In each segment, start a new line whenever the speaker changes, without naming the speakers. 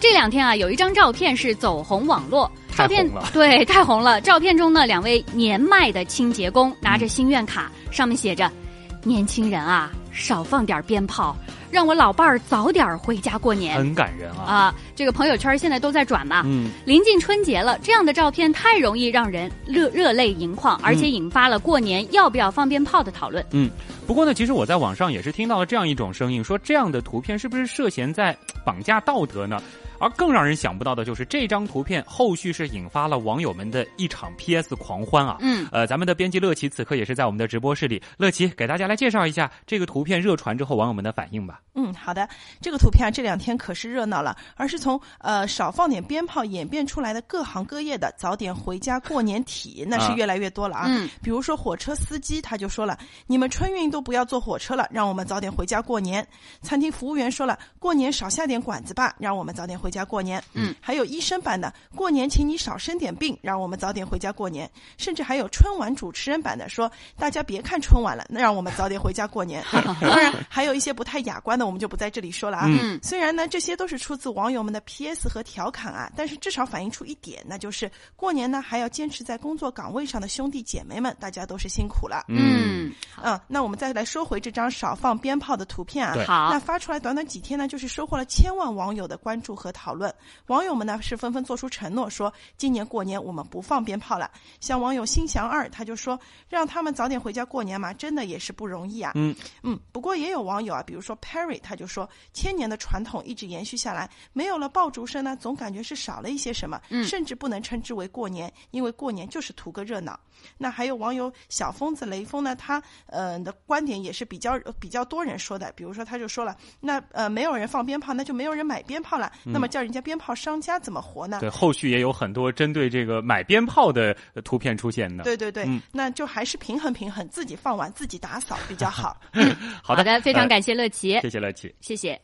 这两天啊，有一张照片是走红网络，照片
太红了
对太红了。照片中呢，两位年迈的清洁工拿着心愿卡，上面写着：“年轻人啊，少放点鞭炮，让我老伴儿早点啊回家过年。
很感人啊。
啊，这个朋友圈现在都在转嘛。
嗯，
临近春节了，这样的照片太容易让人热热泪盈眶，
嗯
而且引发了过年要不要放鞭炮的讨论。
不过呢，其实我在网上也是听到了这样一种声音，说这样的图片是不是涉嫌在呃绑架道德呢？而更让人想不到的就是，这张图片后续是引发了网友们的一场 PS 狂欢啊！
嗯，
呃，咱们的编辑乐奇此刻也是在我们的直播室里，乐奇给大家来介绍一下这个图片热传之后网友们的反应吧。
嗯，好的。这个图片啊，这两天可是热闹了，而是从呃少放点鞭炮演变出来的各行各业的早点回家过年体，那是
啊
越来越多了啊。
嗯
比如说火车司机他就说了：“你们春运都不要坐火车了，让我们早点回家过年。”餐厅服务员说了：“过年少下点馆子吧，让我们早点回家过年。”
嗯，
还有医生版的：“过年请你少生点病，让我们早点回家过年。”甚至还有春晚主持人版的说：“大家别看春晚了，那让我们早点回家过年。”当然，还有一些不太雅观的，我们就不在这里说了啊。
嗯
虽然呢，这些都是出自网友们的 PS 和调侃啊，但是至少反映出一点，那就是过年呢还要坚持在工作岗位上的兄弟姐妹们，大家都是辛苦了。
嗯，
嗯，那我们再来说回这张少放鞭炮的图片啊
对。
好
那，发出来短短几天呢，就是收获了千万网友的关注和讨论。网友们呢是纷纷做出承诺说，今年过年我们不放鞭炮了。像网友心祥二他就说，让他们早点回家过年嘛，真的也是不容易啊。
嗯
嗯，不过也有网友啊，比如说 Perry 他就说，千年的传统一直延续下来，没有了爆竹声呢，总感觉是少了一些什么，
嗯
甚至不能称之为过年，因为过年就是图个热闹。那还有网友小疯子雷锋呢，他呃的观点也是比较比较多人说的，比如说他就说了，那呃没有人放鞭炮，那就没有人买鞭炮了，那么叫人家鞭炮商家怎么活呢？
对，后续也有很多针对这个买鞭炮的呃图片出现呢。
对对对，
嗯
那就还是平衡平衡，自己放完自己打扫比较好。
好的，
非常
呃
感谢乐奇，
谢谢乐奇。
谢谢。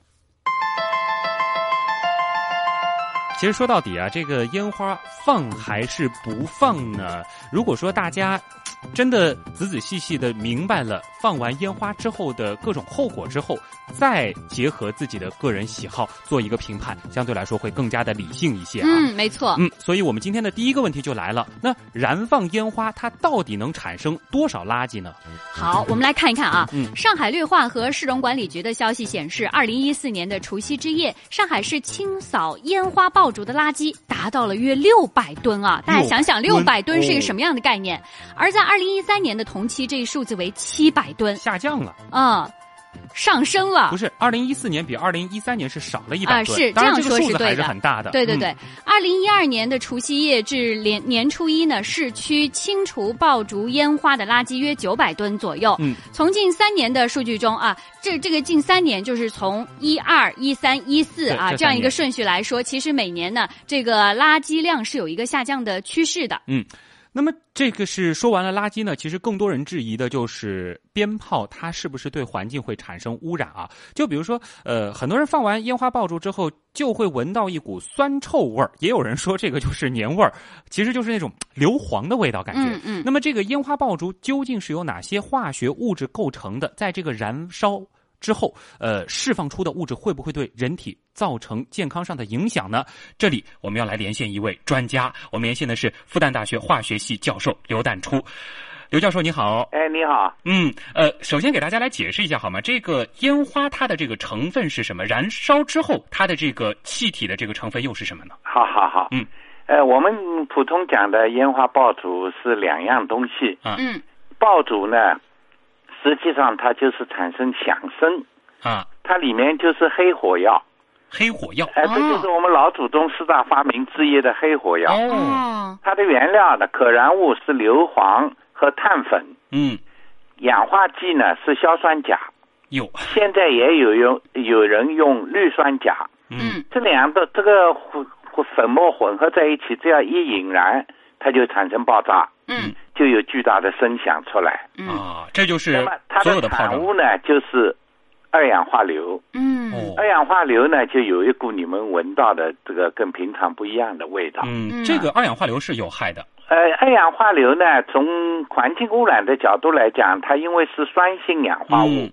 其实说到底啊，这个烟花放还是不放呢？如果说大家嘖真的仔仔细细的明白了放完烟花之后的各种后果之后，再结合自己的个人喜好做一个评判，相对来说会更加的理性一些啊。
嗯，没错。
嗯，所以我们今天的第一个问题就来了：那燃放烟花，它到底能产生多少垃圾呢？
好，我们来看一看啊。
嗯
上海绿化和市容管理局的消息显示，二零一四年的除夕之夜，上海市清扫烟花爆竹的垃圾达到了约六百吨啊！大家想想，
六
六
百
百
吨
吨是一
哦
个什么样的概念？而在二零一三年的同期，这一数字为七百吨
下降了，
啊、上升了
不。是？二零一四年比二零一三年是少了一百
啊
吨，
是
当然
这样
这个
说
数
是
字
对
还是
的
很大的。
对对
嗯
对，二零一二年的除夕夜至年年初一呢，市区清除爆竹烟花的垃圾约九百吨左右。
嗯，
从近三年的数据中啊，这这个近三年就是从一二一三一四啊
对这三年
这样一个顺序来说，其实每年呢，这个垃圾量是有一个下降的趋势的。
那么这个是说完了垃圾呢，其实更多人质疑的就是鞭炮它是不是对环境会产生污染啊？就比如说，呃，很多人放完烟花爆竹之后就会闻到一股酸臭味儿，也有人说这个就是年味儿，其实就是那种硫磺的味道感觉。
嗯嗯
那么这个烟花爆竹究竟是由哪些化学物质构成的？在这个燃烧之后，呃，释放出的物质会不会对人体造成健康上的影响呢？这里我们要来连线一位专家，我们连线的是复旦大学化学系教授刘淡初。刘教授你好，
哎，你好，
嗯，呃，首先给大家来解释一下好吗？这个烟花它的这个成分是什么？燃烧之后它的这个气体的这个成分又是什么呢？
好好好，
嗯，
呃，我们普通讲的烟花爆竹是两样东西，
嗯
爆竹呢，实际上它就是产生响声，
啊，
它里面就是黑火药，
黑火药。
哎、这就是我们老祖宗四大发明之一的黑火药，
哦，
哦，
它的原料呢，可燃物是硫磺和碳粉，
嗯，
氧化剂呢是硝酸钾，
有，
现在也有用有人用氯酸钾，
嗯
嗯
这两个这个混混粉末混合在一起，只要一引燃，它就产生爆炸。
嗯
就有巨大的声响出来。
嗯
啊，这就
那
是
么它
所有的炮
产
仗。
物呢，就是二氧化硫。
嗯
哦，
二氧化硫呢，就有一股你们闻到的这个跟平常不一样的味道。
嗯，
嗯
这个二氧化硫是有害的。
呃，二氧化硫呢，从环境污染的角度来嗯讲，它因为是酸性氧化物，
嗯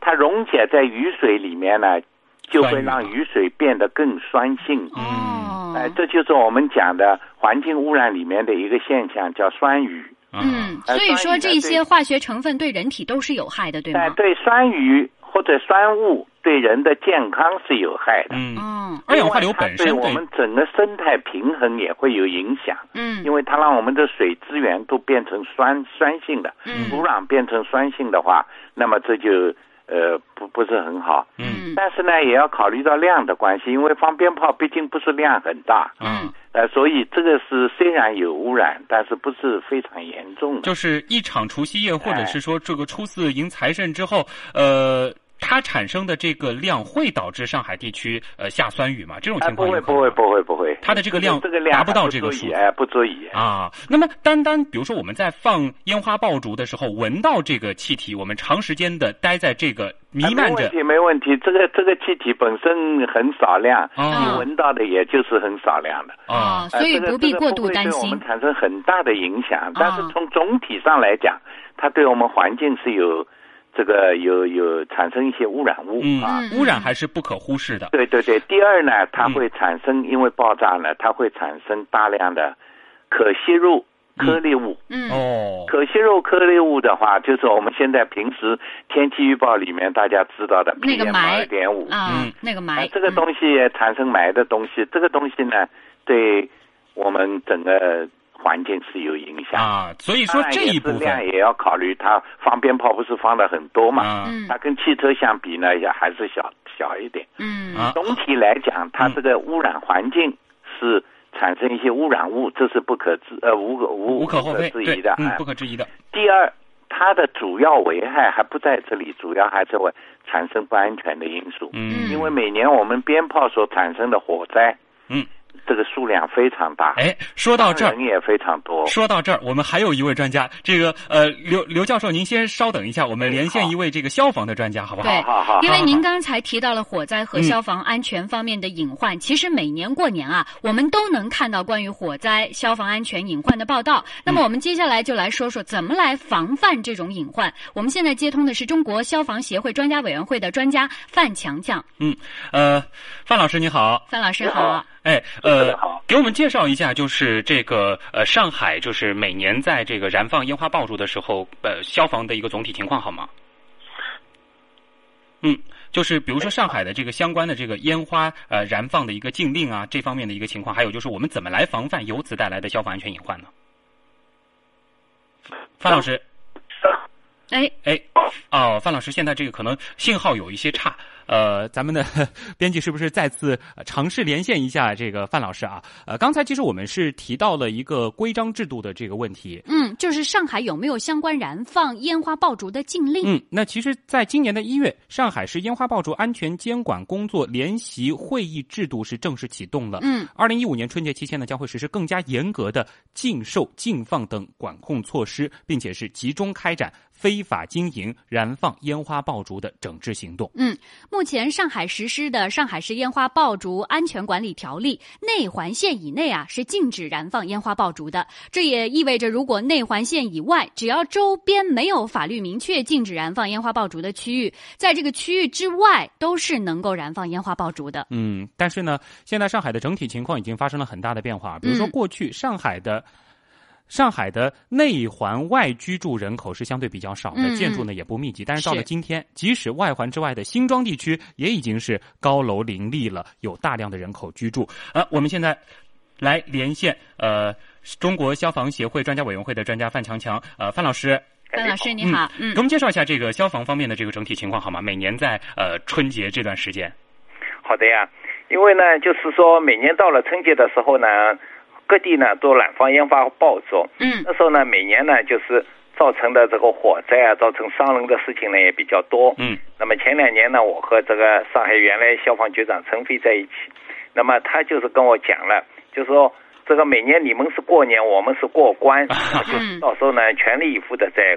它溶解在雨水里面呢，就会让雨水变得更酸性。
嗯
哦，
哎、这就是我们讲的环境污染里面的一个现象，叫酸雨。
啊
嗯，
哎
所以说
酸雨呢
这些
对
化学成分对人体都是有害的，对
哎、
吗？
对酸雨或者酸雾对人的健康是有害的。
嗯，
嗯
二氧化硫本身
因为它对
对
我们整个生态平衡也会有影响，
嗯
因为它让我们的水资源都变成酸酸性的，土
嗯
壤变成酸性的话，那么这就呃不不是很好。
嗯
但是呢，也要考虑到量的关系，因为放鞭炮毕竟不是量很大，
啊，
呃，所以这个是虽然有污染，但是不是非常严重的。
就是一场除夕夜，或者
哎
是说这个初四迎财神之后，呃，它产生的这个量会导致上海地区呃下酸雨嘛？这种
哎，
情
不
况
会
有可能
不会
吗
不会不会，
它的这个量
这个量
达不到
还
这个
足
数
以
字
哎，不足以。
啊，那么单单比如说我们在放烟花爆竹的时候，闻到这个气体，我们长时间的待在这个弥
哎
漫
没问
着
题，没问题。这个这个气体本身很少量，
啊
你闻到的也就是很少量的，
啊
啊，所以
哎这个
不必
这个
过度
会
担
对我
心
们。产生很大的影响，但是
啊
从总体上来讲，它对我们环境是有这个有有产生一些污染物
嗯
啊。
嗯，
污染还是不可忽视的。
对对对，第二呢，它
嗯
会产生、因为爆炸呢，它会产生大量的可吸入颗粒物。
嗯
哦，
可吸入颗粒物的话，就是我们现在平时天气预报里面大家知道的
那个
PM
霾
二点五
啊
嗯，
那个
啊
霾，，
这个东西也产生霾的东西，这个东西呢，对我们整个环境是有影响。
啊，所以
当
说
然
这
也
一
是
部
量
分
也要考虑，它放鞭炮不是放的很多嘛？
啊
嗯
它跟汽车相比呢，也还是小小一点。
嗯嗯
啊，
总体来讲，它这个污染环境是产生一些污染物，这是不可置呃无可无
无可厚非，
置
对
疑的。，
嗯
哎，
不可置疑的。
第二，它的主要危害还不在这里，主要还是会产生不安全的因素。
嗯，
因为每年我们鞭炮所产生的火灾，
嗯，
这个数量非常大，
哎，说到这儿
人，也非常多。
说到这儿，我们还有一位专家，这个呃，刘刘教授，您先稍等一下，我们
哎
连线一位这个消防的专家，好不好？
对
好好
因为
好
您
好
刚才提到了火灾和
嗯
消防安全方面的隐患，其实每年过年啊，我们都能看到关于火灾、消防安全隐患的报道。那
嗯
么我们接下来就来说说怎么来防范这种隐患。我们现在接通的是中国消防协会专家委员会的专家范强强，
呃，范老师您好，
范老师
你好
好。
哎，
主持
呃
人好，
给我们介绍一下，就是这个呃，上海就是每年在这个燃放烟花爆竹的时候，呃，消防的一个总体情况好吗？嗯，就是比如说上海的这个相关的这个烟花呃燃放的一个禁令啊，这方面的一个情况，还有就是我们怎么来防范由此带来的消防安全隐患呢？范老师，
哎，
哎，哦，范老师，现在这个可能信号有一些差，呃，咱们的 编辑是不是再次呃尝试连线一下这个范老师啊？呃，刚才其实我们是提到了一个规章制度的这个问题。
嗯，就是上海有没有相关燃放烟花爆竹的禁令？啊
嗯，那其实，在今年的一月，上海市烟花爆竹安全监管工作联席会议制度是正式启动了。
嗯
二零一五年春节期间呢，将会实施更加严格的禁售、禁放等管控措施，并且是集中开展非法经营燃放烟花爆竹的整治行动。
目前上海实施的《上海市烟花爆竹安全管理条例》，内环线以内啊是禁止燃放烟花爆竹的。这也意味着，如果内环线以外，只要周边没有法律明确禁止燃放烟花爆竹的区域，在这个区域之外都是能够燃放烟花爆竹的。
嗯，但是呢，现在上海的整体情况已经发生了很大的变化。比如说，
嗯
过去上海的、上海的内环外居住人口是相对比较少的，
嗯
建筑呢也不密集。但是到了
是
今天，即使外环之外的新庄地区也已经是高楼林立了，有大量的人口居住。呃，我们现在来连线呃中国消防协会专家委员会的专家范强强，呃，范老师。
范老师你
嗯
好，嗯
给我们介绍一下这个消防方面的这个整体情况好吗？每年在呃春节这段时间，
好的呀，因为呢，就是说每年到了春节的时候呢，各地呢都燃放烟花爆竹，
嗯
那时候呢，每年呢就是造成的这个火灾啊，造成伤人的事情呢也比较多。
嗯
那么前两年呢，我和这个上海原来消防局长陈飞在一起，那么他就是跟我讲了，就说这个每年你们是过年，我们是过关，然后就
嗯
到时候呢全力以赴的在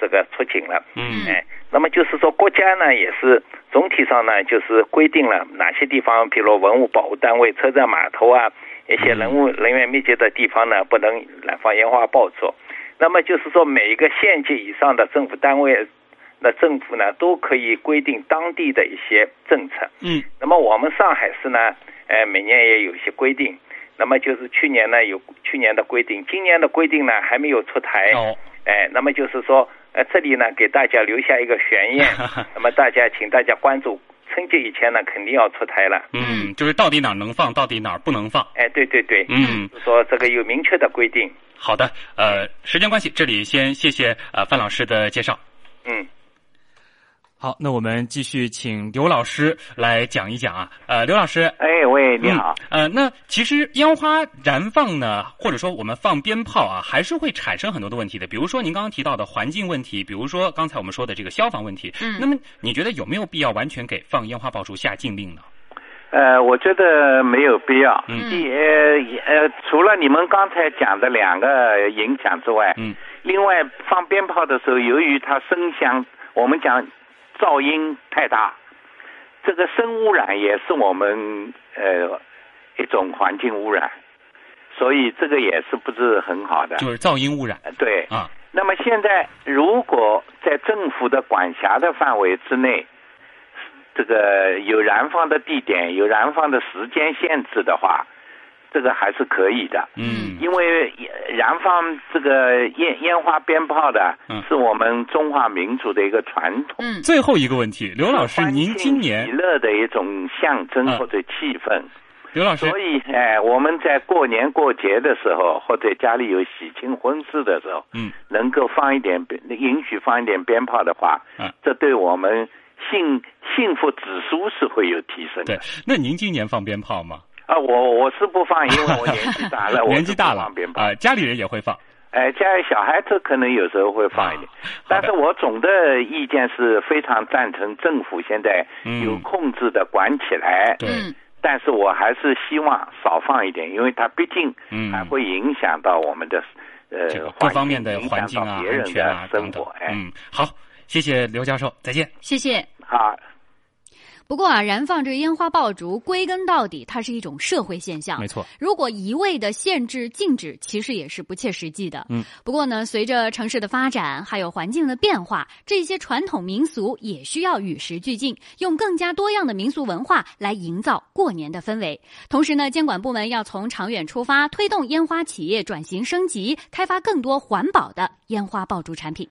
这个出警了。
嗯
哎，那么就是说，国家呢也是总体上呢，就是规定了哪些地方，比如文物保护单位、车站、码头啊，一些人物
嗯
人员密集的地方呢，不能燃放烟花爆竹。那么就是说，每一个县级以上的政府单位，
那政府呢都可以规定当地的一些政策。
嗯
那么我们上海市呢，呃，每年也有一些规定。那么就是去年呢有去年的规定，今年的规定呢还没有出台。
哦，
哎，那么就是说，呃，这里呢给大家留下一个悬念。那么大家，请大家关注，春节以前呢肯定要出台了。
嗯，就是到底哪儿能放，到底哪儿不能放。
哎，对对对，
嗯，
就说这个有明确的规定。
好的，呃，时间关系，这里先谢谢呃范老师的介绍。
嗯，
好，那我们继续请刘老师来讲一讲啊。呃，刘老师，
哎，喂，你好。
嗯。呃，那其实烟花燃放呢，或者说我们放鞭炮啊，还是会产生很多的问题的。比如说您刚刚提到的环境问题，比如说刚才我们说的这个消防问题。
嗯
那么你觉得有没有必要完全给放烟花爆竹下禁令呢？
呃，我觉得没有必要。
嗯
第呃也呃，除了你们刚才讲的两个影响之外，
嗯，
另外放鞭炮的时候，由于它声响，我们讲噪音太大，这个声污染也是我们呃一种环境污染，所以这个也是不是很好的。
就是噪音污染
呃对，
啊。
那么现在，如果在政府的管辖的范围之内，这个有燃放的地点、有燃放的时间限制的话，这个还是可以的。
嗯
因为呃燃放这个烟烟花鞭炮的
嗯，
是我们中华民族的一个传统。
嗯
最后一个问题，刘老师，您今
欢庆喜
年，
乐的一种象征
嗯
或者气氛，
刘老师，
所以哎，我们在过年过节的时候，或者家里有喜庆婚事的时候，
嗯
能够放一点鞭，允许放一点鞭炮的话，
嗯
这对我们幸幸福指数是会有提升
对
的。，
那您今年放鞭炮吗？
啊，我我是不放，因为我年纪大 了，我
年纪大
是不
了
放鞭炮
啊、。家里人也会放。
哎，家里小孩子可能有时候会放一点，
啊好的
但是我总的意见是非常赞成政府现在
嗯
有控制的管起来，
对，
嗯
但是我还是希望少放一点，因为它毕竟
嗯
还会影响到我们的、
这个
呃
各方面的
影
环
响
境啊
到、别
安
人
全啊
的
等
生
等
活。。哎，
嗯，好，谢谢刘教授，再见。
谢谢。
好，
不过啊，燃放这个烟花爆竹，归根到底，它是一种社会现象。
错，
如果一味的限制禁止，其实也是不切实际的。
嗯，
不过呢，随着城市的发展，还有环境的变化，这些传统民俗也需要与时俱进，用更加多样的民俗文化来营造过年的氛围。同时呢，监管部门要从长远出发，推动烟花企业转型升级，开发更多环保的烟花爆竹产品。